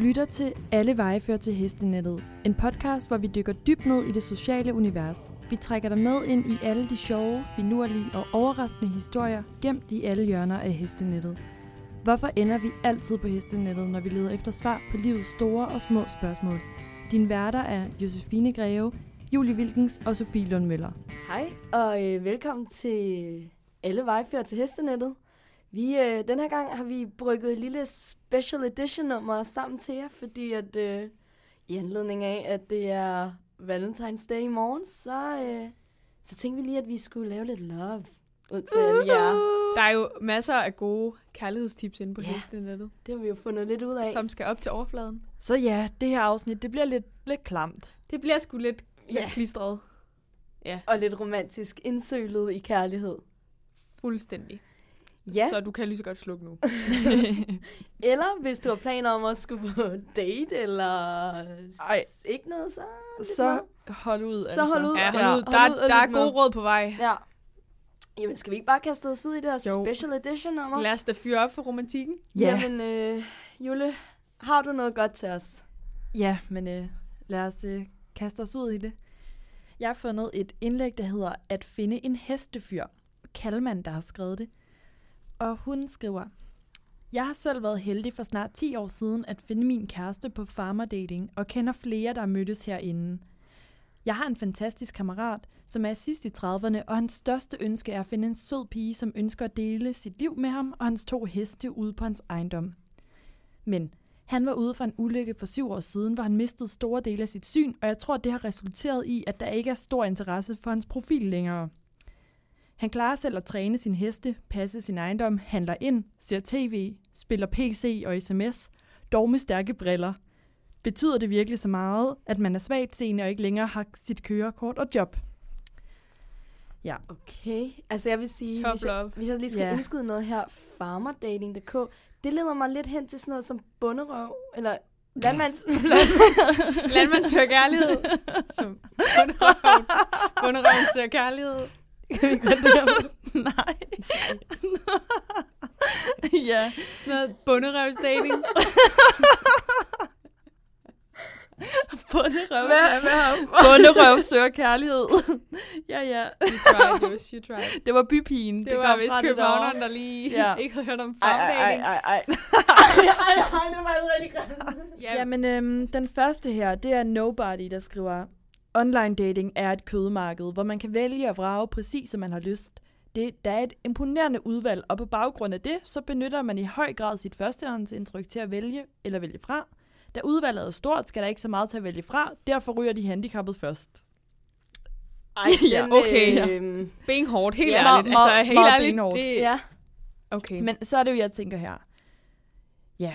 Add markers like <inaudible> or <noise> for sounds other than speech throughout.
lytter til Alle veje fører til Hestenettet. En podcast, hvor vi dykker dybt ned i det sociale univers. Vi trækker dig med ind i alle de sjove, finurlige og overraskende historier, gemt i alle hjørner af Hestenettet. Hvorfor ender vi altid på Hestenettet, når vi leder efter svar på livets store og små spørgsmål? Din værter er Josefine Greve, Julie Wilkens og Sofie Lund Møller. Hej, og øh, velkommen til Alle Vejfører til Hestenettet. Vi, øh, den her gang har vi brygget et lille special edition nummer sammen til jer, fordi at øh, i anledning af, at det er Valentine's Day i morgen, så, øh, så tænkte vi lige, at vi skulle lave lidt love ud til alle jer. Der er jo masser af gode kærlighedstips inde på Ja. ja. hestenettet, Det har vi jo fundet lidt ud af. som skal op til overfladen. Så ja, det her afsnit, det bliver lidt, lidt klamt. Det bliver sgu lidt, lidt Ja. klistret. Og lidt romantisk indsølet i kærlighed. Fuldstændig. Ja, Så du kan lige så godt slukke nu. eller hvis du har planer om at skulle på date, eller Ej. Ej. ikke noget, så... lidt Så meget. hold ud, altså. Så hold ud. Ja, og- hold ud. og Der, hold ud og der er lyt med. gode råd på vej. Ja. Jamen, skal vi ikke bare kaste os ud i det her Jo. special edition nummer? Lad os da fyre op for romantikken. Ja. Jamen, øh, Jule, har du noget godt til os? Ja, men øh, lad os øh, kaste os ud i det. Jeg har fundet et indlæg, der hedder At finde en hestefyr. Kalman, der har skrevet det. Og hun skriver, Jeg har selv været heldig for snart 10 år siden at finde min kæreste på farmerdating og kender flere, der mødtes herinde. Jeg har en fantastisk kammerat, som er sidst i 30'erne, og hans største ønske er at finde en sød pige, som ønsker at dele sit liv med ham og hans to heste ude på hans ejendom. Men han var ude for en ulykke for syv år siden, hvor han mistede store dele af sit syn, og jeg tror, det har resulteret i, at der ikke er stor interesse for hans profil længere. Han klarer selv at træne sin heste, passe sin ejendom, handler ind, ser tv, spiller pc og sms, dog med stærke briller. Betyder det virkelig så meget, at man er svagt seende og ikke længere har sit kørekort og job? Okay. Altså, jeg vil sige, Top hvis jeg, love. hvis jeg lige skal Ja. yeah. indskyde noget her, farmerdating.dk, det leder mig lidt hen til sådan noget som bunderøv, eller <laughs> landmands... Landmand søger kærlighed. Som bunderøven. bunderøven søger kærlighed. <laughs> Nej. <laughs> ja. Sådan noget bunderøvsdating. Bunderøv. Hvad? Bunderøv søger kærlighed. <laughs> ja, ja. You tried, Jus. You tried. Det var bypigen. Det, var kom vist fra det københavneren, derovre. der lige Ja. ja. <laughs> ikke havde hørt om farmdating. ej, ej. Ej, det var rigtig grimt. Ja, Jamen, øhm, den første her, det er Nobody, der skriver, Online dating er et kødmarked, hvor man kan vælge at vrage præcis, som man har lyst. Det, der er et imponerende udvalg, og på baggrund af det, så benytter man i høj grad sit førstehåndsindtryk til at vælge eller vælge fra. Da udvalget er stort, skal der ikke så meget til at vælge fra, derfor ryger de handicappede først. <laughs> Ej, Ja, den, okay, ja. Øh, benhårdt, helt Ja, ja, ærligt. meget- altså, meget- helt meget ærligt, benhårdt. øhm, det, ja. Okay. Men, Men så er det jo, jeg tænker her. Ja,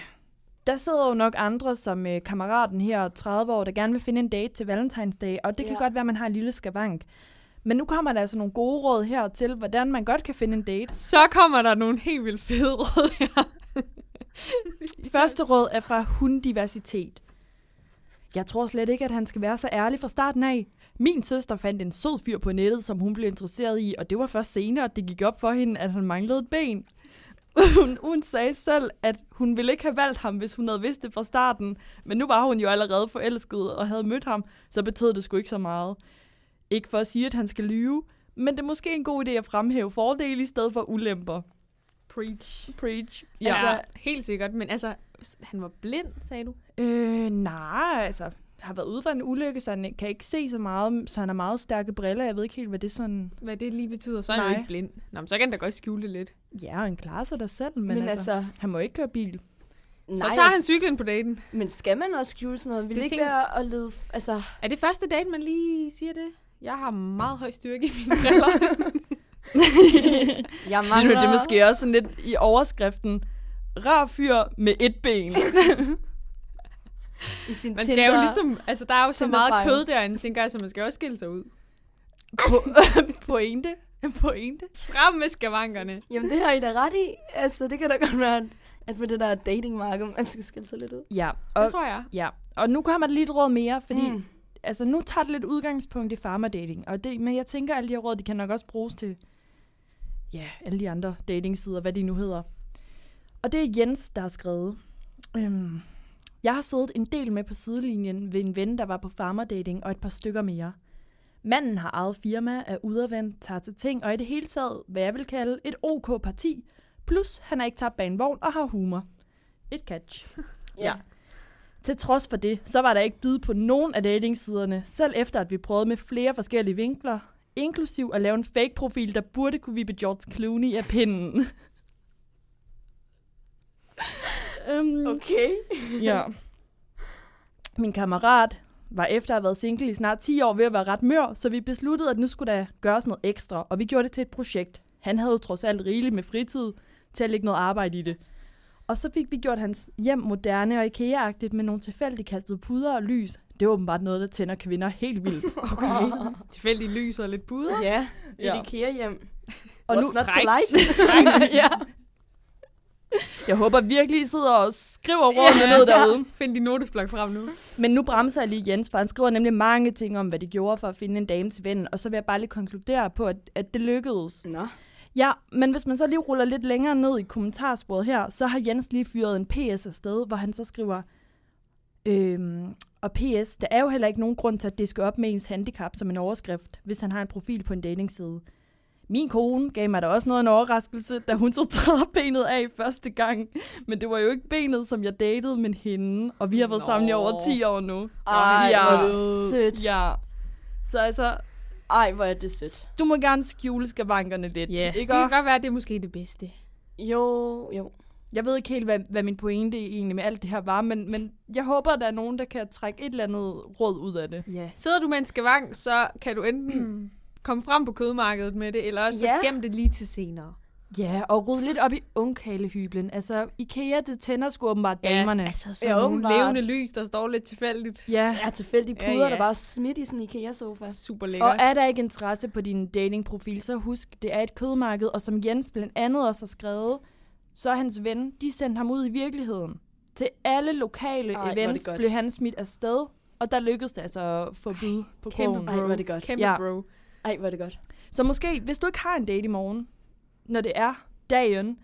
der sidder jo nok andre som øh, kammeraten her, 30 år, der gerne vil finde en date til valentinsdag, og det kan Ja. godt være, at man har en lille skavank. Men nu kommer der altså nogle gode råd her til, hvordan man godt kan finde en date. så kommer der nogle helt vildt fede råd her. Første råd er fra hunddiversitet. Jeg tror slet ikke, at han skal være så ærlig fra starten af. Min søster fandt en sød fyr på nettet, som hun blev interesseret i, og det var først senere, at det gik op for hende, at han manglede et ben. Hun, hun sagde selv, at hun ville ikke have valgt ham, hvis hun havde vidst det fra starten, men nu var hun jo allerede forelsket og havde mødt ham, så betød det sgu ikke så meget. Ikke for at sige, at han skal lyve, men det er måske en god idé at fremhæve fordele i stedet for ulemper. Preach. Preach. Ja. Altså- Altså, helt sikkert, men altså, han var blind, sagde du? Øh, nej, altså, har været ude for en ulykke, så han kan ikke se så meget, så han har meget stærke briller. Jeg ved ikke helt, hvad det er sådan... Hvad det lige betyder, så er han Nej. jo ikke blind. Nå, men så kan han da godt skjule det lidt. Ja, han klarer sig der selv, men, Men, men altså, han må ikke køre bil. Så nej, tager altså, han cyklen på daten. men skal man også skjule sådan noget? Vil det Det ikke tænker- være at lede... Altså, <laughs> Er det første date, man lige siger det? Jeg har meget høj styrke i <laughs> mine briller. jeg Mangler... mangler... Det er måske også sådan lidt i overskriften. Rar fyr med et <laughs> ben. I sin man skal jo Tinder- ligesom, altså der er jo så Tinder meget bio. kød derinde, tænker jeg, så man skal også skille sig ud. På, <laughs> pointe. Pointe. Frem med skavankerne. Jamen, det har I da ret i. Altså, det kan da godt være, at- at med det der datingmarked, man skal skille sig lidt ud. Ja, Det Altså, og, tror jeg. ja. og nu kommer der lige et råd mere, fordi mm. altså, nu tager det lidt udgangspunkt i farmadating. Og det, men jeg tænker, at alle de her råd, de kan nok også bruges til ja, alle de andre datingsider, hvad de nu hedder. Og det er Jens, der har skrevet. Øhm, Jeg har siddet en del med på sidelinjen ved en ven, der var på farmerdating og et par stykker mere. Manden har eget firma, er udadvendt, tager til ting og er i det hele taget, hvad jeg vil kalde, et OK parti. Plus, han er ikke tabt bag en vogn og har humor. Et catch. Ja. Til trods for det, så var der ikke bid på nogen af datingsiderne, selv efter at vi prøvede med flere forskellige vinkler, inklusiv at lave en fake-profil, der burde kunne vippe George Clooney af pinden. um, Okay. ja. <laughs> Min kammerat var efter at have været single i snart 10 år ved at være ret mør, så vi besluttede, at nu skulle der gøres noget ekstra, og vi gjorde det til et projekt. Han havde jo trods alt rigeligt med fritid til at lægge noget arbejde i det. Og så fik vi gjort hans hjem moderne og IKEA-agtigt med nogle tilfældigt kastede puder og lys. Det var åbenbart noget, der tænder kvinder helt vildt. Okay. Tilfældig lys og lidt <laughs> puder. Ja, Ja. et IKEA-hjem. Og nu, What's not to frækt. like? ja. Jeg håber virkelig, I sidder og skriver <laughs> rådene ned derude. Find din notesblok frem nu. Men nu bremser jeg lige Jens, for han skriver nemlig mange ting om, hvad de gjorde for at finde en dame til vennen, og så vil jeg bare lige konkludere på, at, at det lykkedes. <laughs> Nå. Ja, men hvis man så lige ruller lidt længere ned i kommentarsporet her, så har Jens lige fyret en PS afsted, hvor han så skriver, øhm, og PS, der er jo heller ikke nogen grund til at diske op med ens handicap som en overskrift, hvis han har en profil på en datingside. Min kone gav mig da også noget af en overraskelse, da hun tog <laughs> træbenet af første gang. Men det var jo ikke benet, som jeg datede, men hende. Og vi har været Nå. sammen i over Nå. 10 år nu. Ej, Ja. hvor er det sødt. Ja. Så altså, Ej, hvor er det sødt. du må gerne skjule skavankerne lidt. Ja. Det Ikke? kan godt være, at det er måske det bedste. Jo, jo. Jeg ved ikke helt, hvad, hvad min pointe egentlig med alt det her var, men, men jeg håber, der er nogen, der kan trække et eller andet råd ud af det. Ja. Sidder du med en skavang, så kan du enten komme frem på kødmarkedet med det, eller også Ja. ja. gem det lige til senere. Ja, og rydde lidt op i ungkalehyblen. Altså, Ikea, det tænder sgu åbenbart damerne. Ja, altså som Ja, ja, nogle åbenbart. levende lys, der står lidt tilfældigt. ja. Ja, tilfældige puder, Ja, ja. der bare er smidt i sådan en IKEA-sofa. Super lækkert. Og er der ikke interesse på din datingprofil, så husk, det er et kødmarked, og som Jens blandt andet også har skrevet, så er hans ven, de sendte ham ud i virkeligheden. Til alle lokale Ej, hvor er Ej, det events godt. blev han smidt afsted, og der lykkedes det altså at få bud på krogen. kæmpe Ej, hvor er det godt. Kæmpe Ja. ja. bro. Ej, hvor er det godt. Så måske, hvis du ikke har en date i morgen, når det er dagen,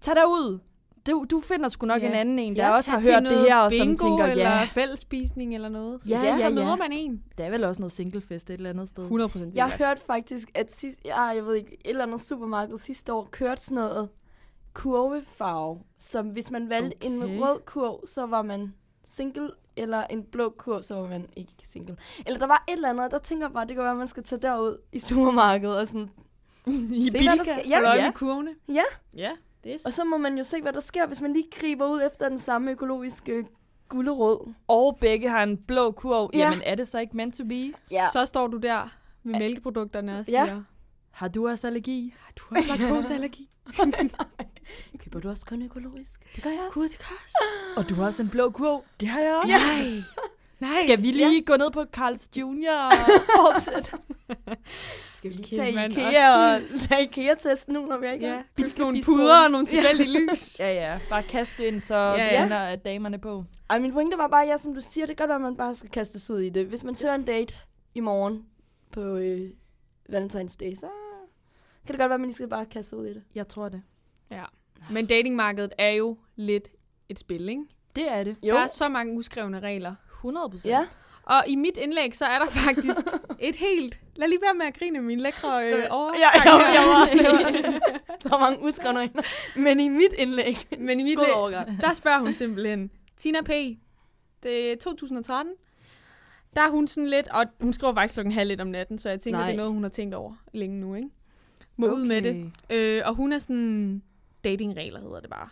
tag dig ud. Du, du finder sgu nok Ja. en anden en, der Ja, også tag har til hørt det noget her, og som bingo tænker, eller ja, fællesspisning eller noget. Ja, ja, så ja. møder man en. der er vel også noget singlefest et eller andet sted. 100 procent. Jeg hørte faktisk, at sidst, ja, jeg ved ikke, et eller andet supermarked sidste år kørte sådan noget kurvefarve, som hvis man valgte okay. en Okay. rød kurv, så var man single, eller en blå kurv, så var man ikke single. Eller der var et eller andet, og der tænker jeg bare, det kan være, at man skal tage derud i supermarkedet, og, sådan, I Se, hvad der sker. Ja, Hold øje ja. med kurvene. Ja. Ja, det er og så må man jo se, hvad der sker, hvis man lige griber ud efter den samme økologiske gullerod. og begge har en blå kurv, Ja. ja. jamen er det så ikke meant to be? Ja. ja. Så står du der med mælkeprodukterne og Ja. siger, ja. Har du også allergi? du har <laughs> laktoseallergi. Køber du også kun økologisk? Det gør jeg også. Gud, det kan også. Og du har også en blå kurv? Det har jeg også. Nej. Nej. Skal vi lige gå ned på Carl's Jr. og fortsætte? Skal vi lige Kan tage man IKEA, og, <laughs> tage IKEA-testen nu, når vi er i gang? ja, købe nogle Bilkebistro. puder og nogle tilfældige lys. Ja, ja. Bare kast det ind, så Ja, ja. tænder ja. damerne på. Ej, min pointe var bare, ja, som du siger, det kan godt være, at man bare skal kastes ud i det. Hvis man søger en date i morgen på øh, Valentine's Day, så kan det godt være, at man lige skal bare kaste sig ud i det. Jeg tror det. Ja. <laughs> Men datingmarkedet er jo lidt et spil, ikke? Det er det. Jo. Der er så mange uskrevne regler. 100 procent. Ja, Og i mit indlæg, så er der <laughs> faktisk et helt... Lad lige være med at grine af min lækre øh, overgang. ja, ja, her. jeg var, <laughs> jeg var. <laughs> der var mange udskrevne regler. Men i mit indlæg, Men i mit god læ- overgang. der spørger hun simpelthen, Tina P., det er 2013, der er hun sådan lidt, og hun skriver faktisk klokken halv lidt om natten, så jeg tænker, Nej. det er noget, hun har tænkt over længe nu, ikke? Må okay. ud med det. Øh, og hun er sådan, datingregler hedder det bare.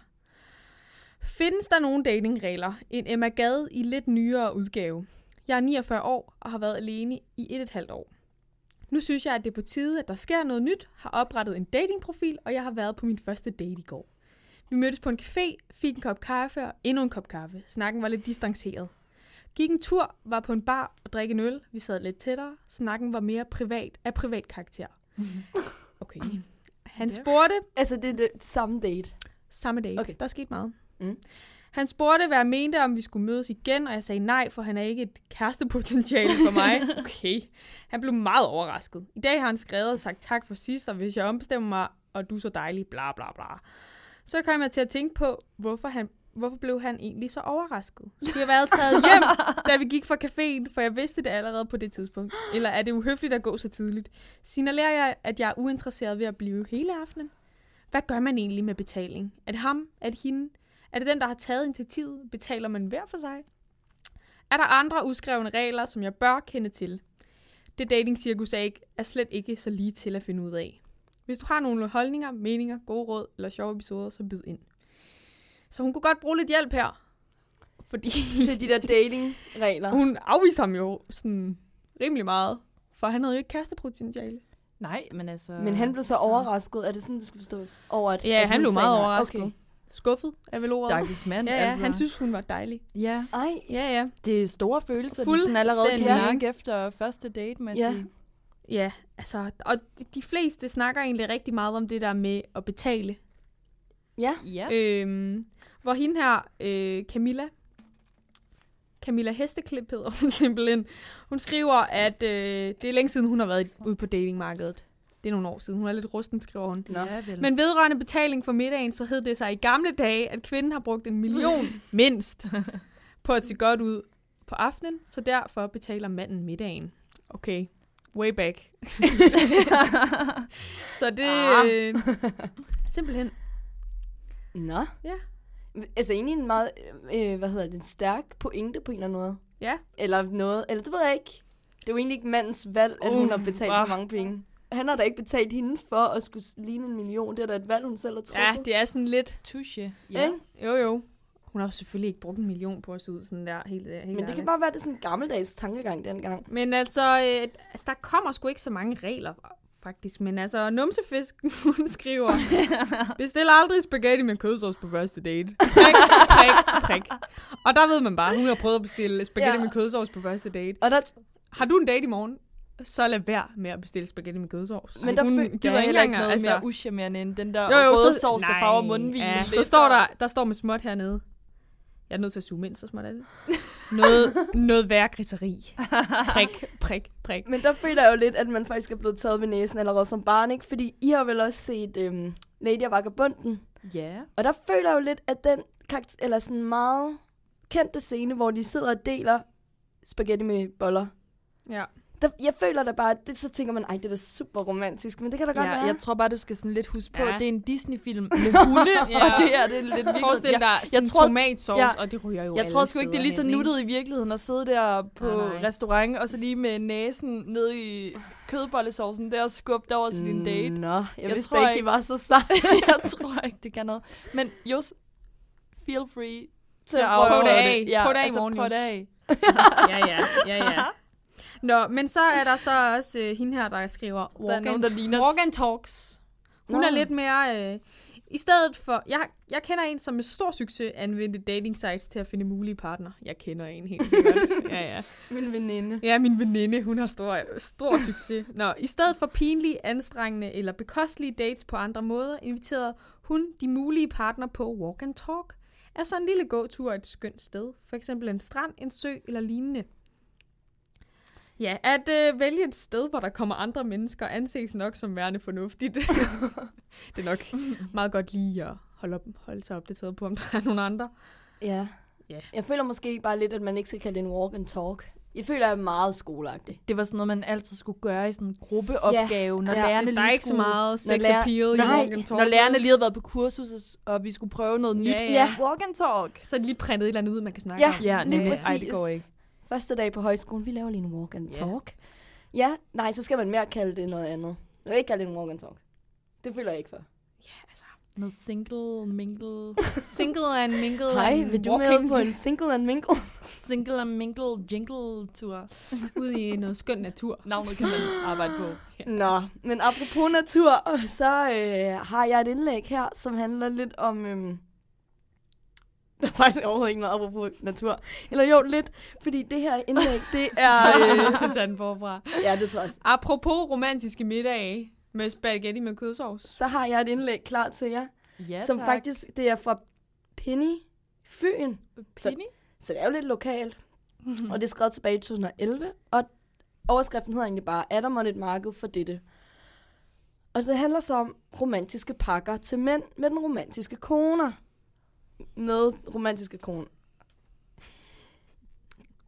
Findes der nogle datingregler? En Emma Gade i lidt nyere udgave. Jeg er 49 år og har været alene i et et halvt år. Nu synes jeg, at det er på tide, at der sker noget nyt, har oprettet en datingprofil, og jeg har været på min første date i går. Vi mødtes på en café, fik en kop kaffe og endnu en kop kaffe. Snakken var lidt distanceret. Gik en tur, var på en bar og drikke en øl. Vi sad lidt tættere. Snakken var mere privat af privat karakter. Okay. Han Ja. spurgte, Altså, det er det samme date. Samme dag. Okay. Okay. Der skete meget. Mm. Han spurgte, hvad jeg mente, om vi skulle mødes igen, og jeg sagde nej, for han er ikke et kærestepotentiale for <laughs> mig. Okay. Han blev meget overrasket. I dag har han skrevet og sagt tak for sidst, og hvis jeg ombestemmer mig, og du er så dejlig, bla bla bla. Så kom jeg til at tænke på, hvorfor han hvorfor blev han egentlig så overrasket? Skulle jeg være taget hjem, <laughs> da vi gik fra caféen, for jeg vidste det allerede på det tidspunkt. Eller er det uhøfligt at gå så tidligt? Signalerer jeg, at jeg er uinteresseret ved at blive hele aftenen? Hvad gør man egentlig med betaling? Er det ham? Er det hende? Er det den, der har taget initiativet? Betaler man hver for sig? Er der andre uskrevne regler, som jeg bør kende til? Det datingcirkus er, ikke, er slet ikke så lige til at finde ud af. Hvis du har nogle holdninger, meninger, gode råd eller sjove episoder, så byd ind. Så hun kunne godt bruge lidt hjælp her. Fordi til de der datingregler. <laughs> hun afviste ham jo sådan rimelig meget. For han havde jo ikke kærestepotentiale. Nej, men altså... Men han blev så overrasket. Er det sådan, det skulle forstås? Over, at, Ja, at han hun blev sagde meget nej. overrasket. Okay. Skuffet er vel ordet. Stakkels mand, Ja, ja, altså. han synes, hun var dejlig. Ja, Ej, Ja, ja. det er store følelser, de sådan allerede kan Fuldstændig. mærke efter første date, med Ja. ja. Ja, altså, og de- de fleste snakker egentlig rigtig meget om det der med at betale. ja. ja. Øhm, hvor hende her, øh, Camilla, Camilla Hesteklip hedder hun <laughs> simpelthen, hun skriver, at øh, det er længe siden, hun har været ude på datingmarkedet. Det er nogle år siden. Hun er lidt rusten, skriver hun. Nå. Ja, vel. Men vedrørende betaling for middagen, så hed det sig i gamle dage, at kvinden har brugt en <laughs> million mindst på at se godt ud på aftenen, så derfor betaler manden middagen. Okay, way <laughs> back. så det Ah. øh, simpelthen Nå. Ja. Altså egentlig en meget, øh, hvad hedder det, en stærk pointe på en eller anden måde. Ja. Eller noget, eller det ved jeg ikke. Det er jo egentlig ikke mandens valg, at hun Uh, har betalt hva? så mange penge. Han har da ikke betalt hende for at skulle ligne en million. Det er da et valg, hun selv har ja, truffet. det er sådan lidt, Touche. ja. Ja. Ikke? jo jo. Hun har jo selvfølgelig ikke brugt en million på at se ud sådan der helt, helt Men det kan ærligt. bare være, det er sådan en gammeldags tankegang dengang. Men altså, øh, altså, der kommer sgu ikke så mange regler, faktisk. Men altså, numsefisken, <laughs> hun <laughs> skriver, bestil aldrig spaghetti med kødsovs på første date. Prik, prik, prik. Og der ved man bare, hun har prøvet at bestille spaghetti Ja. ja. med kødsovs på første date. Og der, Har du en date i morgen, så lad være med at bestille spaghetti med kødsovs. Men der hun fø- Der gider er ikke heller ikke længere. noget Altså, mere usjarmerende end den der jo, jo, røde så, sovs, der farver mundvinen. Ja, lidt. så står der, der står med småt hernede. Jeg er nødt til at zoome ind, så småt er det. Noget, noget værre <laughs> griseri. Prik, prik, prik. men der føler jeg jo lidt, at man faktisk er blevet taget ved næsen allerede som barn, ikke? Fordi I har vel også set øhm, Lady og Vagabunden. Ja. Og der føler jeg jo lidt, at den karakter, eller sådan meget kendte scene, hvor de sidder og deler spaghetti med boller. Ja. Der, jeg føler da bare, at det, så tænker man, ej, det er da super romantisk, men det kan da godt Ja, være. jeg tror bare, du skal sådan lidt huske på, Ja. at det er en Disney-film med hunde, Ja. og det her det er lidt virkelig. Forestil dig Jeg, jeg, sådan tror- tomatsovs, ja. og det ryger jo jeg alle tror sgu ikke, det er steder lige så hen, ikke? nuttet i virkeligheden at sidde der på Nej, nej. restaurant, og så lige med næsen ned i kødbollesovsen der og skubbe det over til din Mm. date. <laughs> Nå, jeg, jeg vidste tror ikke, I ikke- var så sej jeg tror ikke, det kan noget. Men Jos, feel free til at prøve afprøve det af. Ja, Prøv det af i altså, morgen, prøv Jos. det af. Ja, ja, ja, ja. <laughs> Nå, men så er der så også øh, hende her, der skriver Der er walk nogen, and, der ligner... walk and talks. Hun Nå. er lidt mere... Øh, I stedet for... Jeg, jeg kender en, som med stor succes anvendte dating sites til at finde mulige partner. Jeg kender en helt <laughs> sikkert. ja, ja. Min veninde. Ja, min veninde, hun har stor, stor succes. Nå, i stedet for pinlige, anstrengende eller bekostelige dates på andre måder, inviterede hun de mulige partner på walk and talk. Altså en lille gåtur et skønt sted. For eksempel en strand, en sø eller lignende. Ja, at øh, vælge et sted, hvor der kommer andre mennesker, anses nok som værende <laughs> fornuftigt. det er nok meget godt lige at holde, op, holde sig opdateret på, om der er nogen andre. Ja. Ja. Jeg føler måske bare lidt, at man ikke skal kalde det en walk and talk. Jeg føler, jeg er meget skoleagtig. Det var sådan noget, man altid skulle gøre i sådan en gruppeopgave, når Ja, lærerne Der er lige ikke så skulle- meget Når sex lærer- appeal i Nej, walk and talk. Når lærerne lige havde været på kursus, og s- og vi skulle prøve noget nyt. Ja, ja. Walk and talk. Så er de lige printet et eller andet ud, man kan snakke Ja, om. Ja, lige nej, præcis. ej, det går ikke. Første dag på højskolen, vi laver lige en walk and Ja. talk. Ja. ja, nej, så skal man mere kalde det noget andet. Jeg vil ikke kalde det en walk and talk. Det føler jeg ikke for. Ja, altså. Noget single, mingle, <laughs> Single and mingle Hej, and vil du walking med på en single and <laughs> mingle? single and mingle jingle tur. <laughs> ud i noget skøn natur. Navnet kan man arbejde <laughs> på. Nå, men apropos natur, så øh, har jeg et indlæg her, som handler lidt om... Øh, <laughs> der er faktisk overhovedet ikke noget apropos natur. Eller jo, lidt, fordi det her indlæg, <laughs> det er... Øh, til tanden forfra. ja, det tror jeg også. Apropos romantiske middage med spaghetti med kødsovs. Så har jeg et indlæg klar til jer, Ja, som tak. faktisk, det er fra Penny Fyn. Penny? Så det er jo lidt lokalt. <laughs> og det er skrevet tilbage i 2011, og overskriften hedder egentlig bare, er der mon et marked for dette? Og så handler det så om romantiske pakker til mænd med den romantiske koner. med romantiske kron.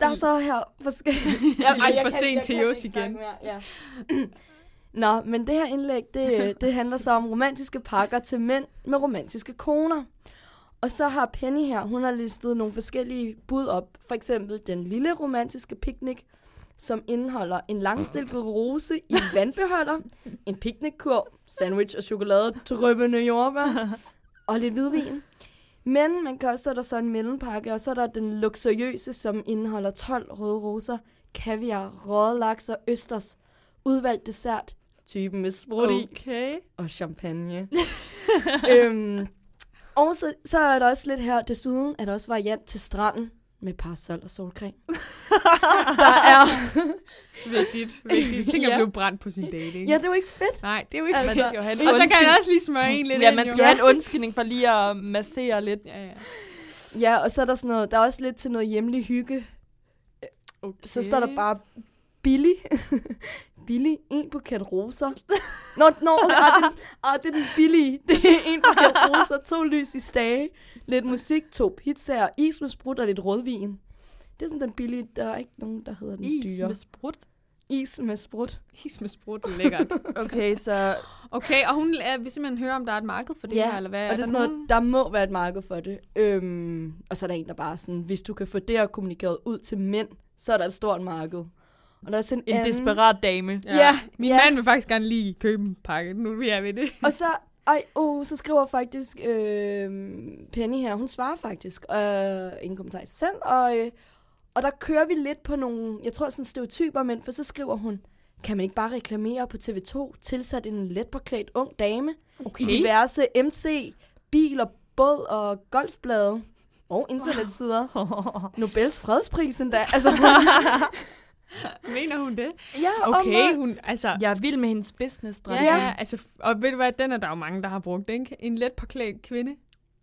Der er så her forskellige... <laughs> er Ej, lidt for kan- sent jeg til kan Jos ikke snakke igen. Mere, ja. Nå, men det her indlæg, det, øh, det handler så om romantiske pakker til mænd med romantiske koner. Og så har Penny her, hun har listet nogle forskellige bud op. For eksempel den lille romantiske picnic, som indeholder en langstilket rose i en vandbeholder, en picnickurv, sandwich og chokolade, drøbende <laughs> jordbær og lidt hvidvin. Men man kan også, så er der så en mellempakke, og så er der den luksuriøse, som indeholder 12 røde roser, kaviar, røde laks og østers, udvalgt dessert, typen med sprut i, Okay. og champagne. <laughs> øhm, og så, så er der også lidt her, desuden er der også variant til stranden med parasol og solcreme. <laughs> der er... <laughs> Vigtigt, <laughs> vigtigt. Tænk at Ja. blive brændt på sin dating. Ja, det er jo ikke fedt. Nej, det er jo ikke Man Altså, altså, skal jo have Og så kan undskyld- jeg også lige smøre en lidt Ja, ind, man jo. skal have en undskyldning for lige at massere lidt. Ja, ja. Ja, og så er der sådan noget, der er også lidt til noget hjemlig hygge. Okay. Så står der bare billig. <laughs> billig, en buket roser. Nå, nå, ah, det, ah, det er den billige. <laughs> Det er en buket roser, to lys i stage, lidt musik, to pizzaer, is med sprut og lidt rødvin. Det er sådan den billige, der er ikke nogen, der hedder den Is dyre. med sprut. Is med sprut. Is med sprut, det er lækkert. Okay, så Okay, og hun øh, vil simpelthen høre, om der er et marked for det Ja, her, eller hvad? Og det er sådan noget, der må være et marked for det. Øhm, og så er der en, der bare er sådan, hvis du kan få det her kommunikeret ud til mænd, så er der et stort marked. Og der er også en, en anden... desperat dame. Ja. Øhm. Ja, Min ja. mand vil faktisk gerne lige købe en pakke, nu er jeg ved det. Og så, ej, oh, så skriver faktisk øh, Penny her, hun svarer faktisk øh, en kommentar i sig selv, og, øh, og der kører vi lidt på nogle, jeg tror sådan stereotyper, men for så skriver hun, kan man ikke bare reklamere på TV2, tilsat en letpåklædt ung dame okay. i diverse MC, biler, båd og golfblade og internetsider. Wow. Nobels fredspris endda. Altså, <laughs> Mener hun det? ja, Okay, okay. hun, altså... <laughs> Jeg er vild med hendes business Ja, ja. ja, altså, og ved du hvad, den er der jo mange, der har brugt, ikke? En let påklædt kvinde.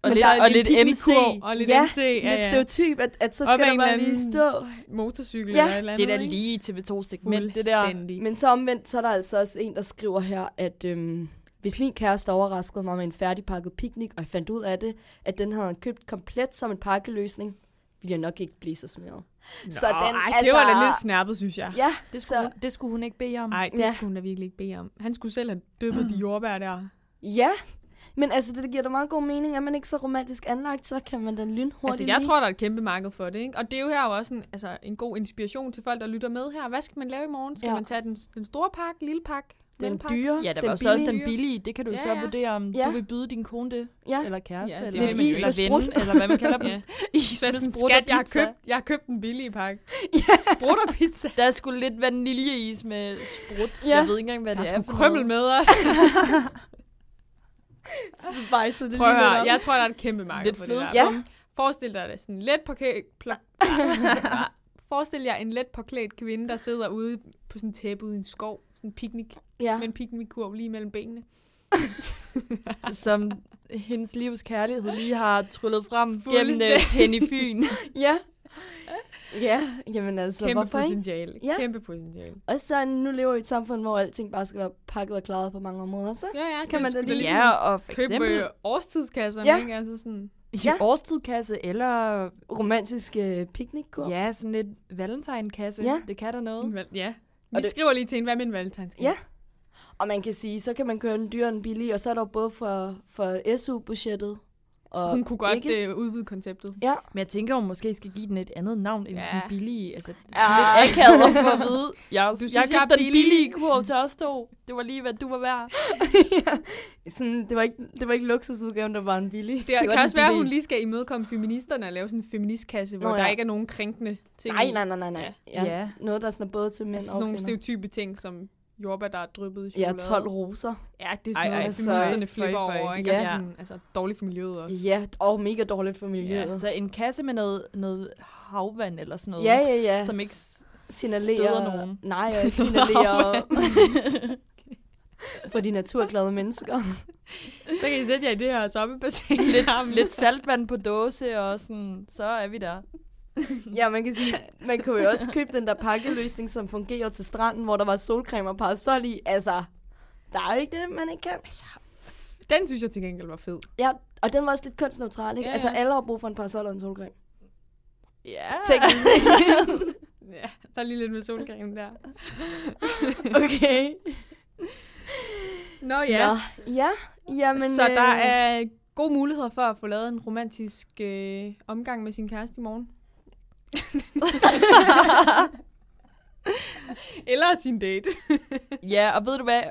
Og Men lidt, der er og lige lidt en MC. Kurv og lidt Ja, MC. Ja, Lidt ja. stereotyp, at, at så Op ad skal der en bare eller lige anden- stå. Motorcykel Ja. eller et eller Det andet, er da ikke? lige TV2-segment, det der. Fuldstændig. Men så omvendt, så er der altså også en, der skriver her, at øhm, hvis min kæreste overraskede mig med en færdigpakket picnic, og jeg fandt ud af det, at den havde han købt komplet som en pakkeløsning, ville jeg nok ikke blive så smeret. Nå, sådan, ej, det altså- var da lidt snappet, synes jeg. Ja, Det skulle, så, hun, det skulle hun ikke bede om. Nej, det Ja. ja. skulle hun da virkelig ikke bede om. Han skulle selv have dyppet de jordbær der. ja. Men altså, det giver da meget god mening. Er man ikke så romantisk anlagt, så kan man den lynhurtigt Altså, jeg lige- tror, der er et kæmpe marked for det, ikke? Og det er jo her jo også en, altså, en god inspiration til folk, der lytter med her. Hvad skal man lave i morgen? Skal Ja. ja. man tage den, den store pakke, lille pakke, den mellempakke? dyre, Ja, der den var jo så også billige. den billige. Det kan du jo Ja, så ja. vurdere, om Ja. du vil byde din kone det, Ja, eller kæreste, Ja, det eller, vil man jo eller ikke. ven, eller hvad man kalder dem. <laughs> Ja. Is Så er med sådan, sprut og skat, jeg har, pizza. købt, jeg har købt den billige pakke. <laughs> ja. Sprut og <laughs> pizza. Der er sgu lidt vaniljeis med sprut. Ja. Jeg ved ikke engang, hvad Der er det er sgu for krømmel noget. med <laughs> os. Spejset det Prøv at lige lidt høre, op. jeg tror, der er et kæmpe marked Lidt for det der. flødeskum. Ja, Forestil dig det sådan let på <laughs> <laughs> Forestil jer en let påklædt kvinde, der sidder ude på sådan en tæppe ude i en skov. Sådan en picnic, ja. med en picnickurv lige mellem benene. Som hendes livs kærlighed lige har tryllet frem gennem øh, Fuldstændig. Penny Fyn. ja. Ja, jamen altså, Kæmpe hvorfor ikke? potentiale. Ja. Kæmpe potentiale. Og så nu lever vi i et samfund, hvor alting bare skal være pakket og klaret på mange områder, så? Ja, ja. Kan man da skulle lige- ligesom Ja, og for købe eksempel øh, årstidskasserne, Ja. ja. ikke? Altså sådan, i ja. årstidkasse, eller Romantisk øh, picnickurv. ja, sådan lidt valentinkasse. Ja. Det kan der noget. en val- ja. Vi Og det- det... skriver lige til en, hvad med en valentinskasse? Ja. Og man kan sige, så kan man køre den dyre og den billige, og så er der jo både for, for SU-budgettet og Hun kunne godt ikke. øh, udvide konceptet. Men jeg tænker, at måske skal give den et andet navn end Ja. den billige. Altså, det Ja. er lidt akavet at få at <laughs> vide. Jeg, Så du jeg synes, jeg er købte den billig? billige kurv til os to. Det var lige, hvad du var værd. <laughs> ja. Sådan, det, var ikke, det var ikke luksusudgaven, der var en billig. Det, det var kan den også være, at hun billige. lige skal imødekomme feministerne og lave sådan en feministkasse, hvor Nå, Nå, ja. ja. der ikke er nogen krænkende ting. Nej, nej, nej, nej. nej. Ja. ja. Ja. Noget, der sådan er både til mænd Altså og sådan nogle kvinder. stereotype ting, som jordbær, der er dryppet i Ja, chokolade. 12 roser. Ja, det er sådan Ej, noget, ej, altså, altså, feministerne føj, flipper føj. over. Ikke? Ja. Ja. Altså, sådan, altså, dårligt for miljøet også. Ja, og mega dårligt for miljøet. Så en kasse med noget, noget havvand eller sådan noget. Ja, ja, ja. Som ikke... s- signalerer... støder nogen. Nej, <laughs> og ikke signalerer... <laughs> for de naturglade mennesker. Så kan I sætte jer i det her soppebassin <laughs> sammen. Lidt saltvand på dåse og sådan. Så er vi der. Ja, man kan sige, man kunne jo også købe den der pakkeløsning, som fungerer til stranden, hvor der var solcreme og parasol i. Altså, der er jo ikke det, man ikke kan. Altså, Den synes jeg til gengæld var fed. Ja, og den var også lidt kønsneutral, ikke? Ja, Ja, ja. Ah. ja. Altså, alle har brug for en parasol og en solcreme. Ja. <laughs> Teknisk. ja, der er lige lidt med solcreme der. Okay. Nå ja. Nå. Ja, jamen... så der øh, er gode muligheder for at få lavet en romantisk øh, omgang med sin kæreste i <laughs> morgen. Eller sin date. Ja, og ved du hvad?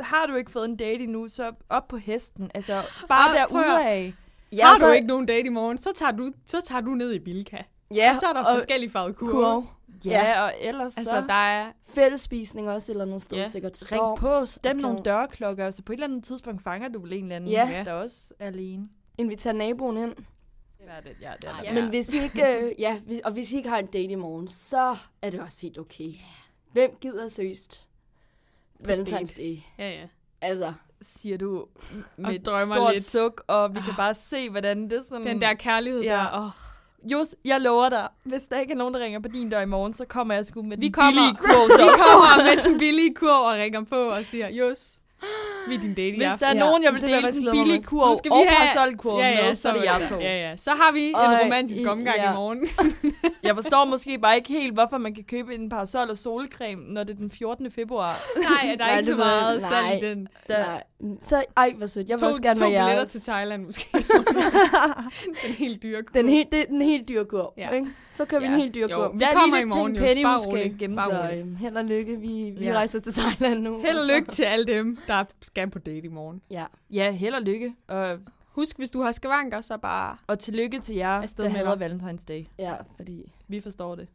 Har du ikke fået en date endnu, så op på hesten. Altså, bare Ah, prøv derude af. Ja, har så, du ikke nogen date i morgen, så tager du, så tager du ned i Bilka. Ja, Og så er der og forskellige farvede kurve. kurv. Ja, ja og ellers Altså, så... der er... Fællesspisning også et eller andet sted, Ja. ja. sikkert. Storms, Ring på, stem og nogle kan dørklokker, så på et eller andet tidspunkt fanger du vel en eller anden, Ja. der også er alene. Invitere naboen ind. Ja, det, ja, det er Ja. Ja. Men hvis I ikke, <laughs> øh, ja, hvis, og hvis I ikke har en date i morgen, så er det også helt okay. Hvem gider seriøst? Valentine's Day. Ja, ja. Altså, siger du med et drømmer stort lidt. Ah. lidt. suk, og vi kan bare se, hvordan det er sådan... Den der kærlighed Mm. Ja. der. Oh. Jos, jeg lover dig, hvis der ikke er nogen, der ringer på din dør i morgen, så kommer jeg sgu med Vi den kommer. <laughs> billige quote. Vi kommer <laughs> med den billige kurv og ringer på og siger, Jos, vi er din date i Hvis aften. der er Ja, nogen, jeg vil det vil jeg dele faktisk den glæde mig billige med. kurv Nu skal vi og have- parasol ja, ja, så er det jeg to. øh, Ja, ja. Så har vi en Og romantisk i- omgang ja. i morgen. Jeg forstår måske bare ikke helt, hvorfor man kan købe en parasol og solcreme, når det er den 14. februar. Nej, der <laughs> er Nej, ikke det så ved jeg- meget salg i nej. den. Der, nej. Så, ej, hvor sødt. Jeg vil To, også gerne to være jeres. billetter til Thailand måske. <laughs> den helt dyre kurv. Den helt, det er den helt dyre kurv, Ja. ja. ikke? Så kører ja. vi Ja. en helt dyre Jo, kurv. vi Der er lige kommer i lidt morgen, ting, Jos. Penny Bare måske rolig. gemme Bare Så rolig. øhm, held og lykke. Vi, vi Ja. ja. rejser til Thailand nu. Held og altså. lykke til alle dem, der skal på date i morgen. Ja. Ja, held og lykke. Og, Husk, hvis du har skavanker, så bare... og tillykke til jer, Afsted der med hader dig. Valentine's Day. ja, fordi... Vi forstår det.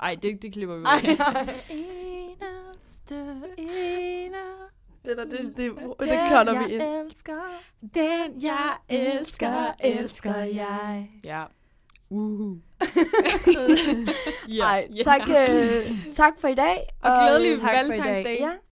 Ej, det, det klipper vi ud. <laughs> Ej, ej. Eneste, ener, Det, der, det, det, det, det klotter vi ind. elsker, den jeg elsker, elsker jeg. Ja. <laughs> Uhu. <laughs> ja. Ej, tak, øh, tak for i dag. Og glædelig tak for i dag. Valentinsdag. Ja,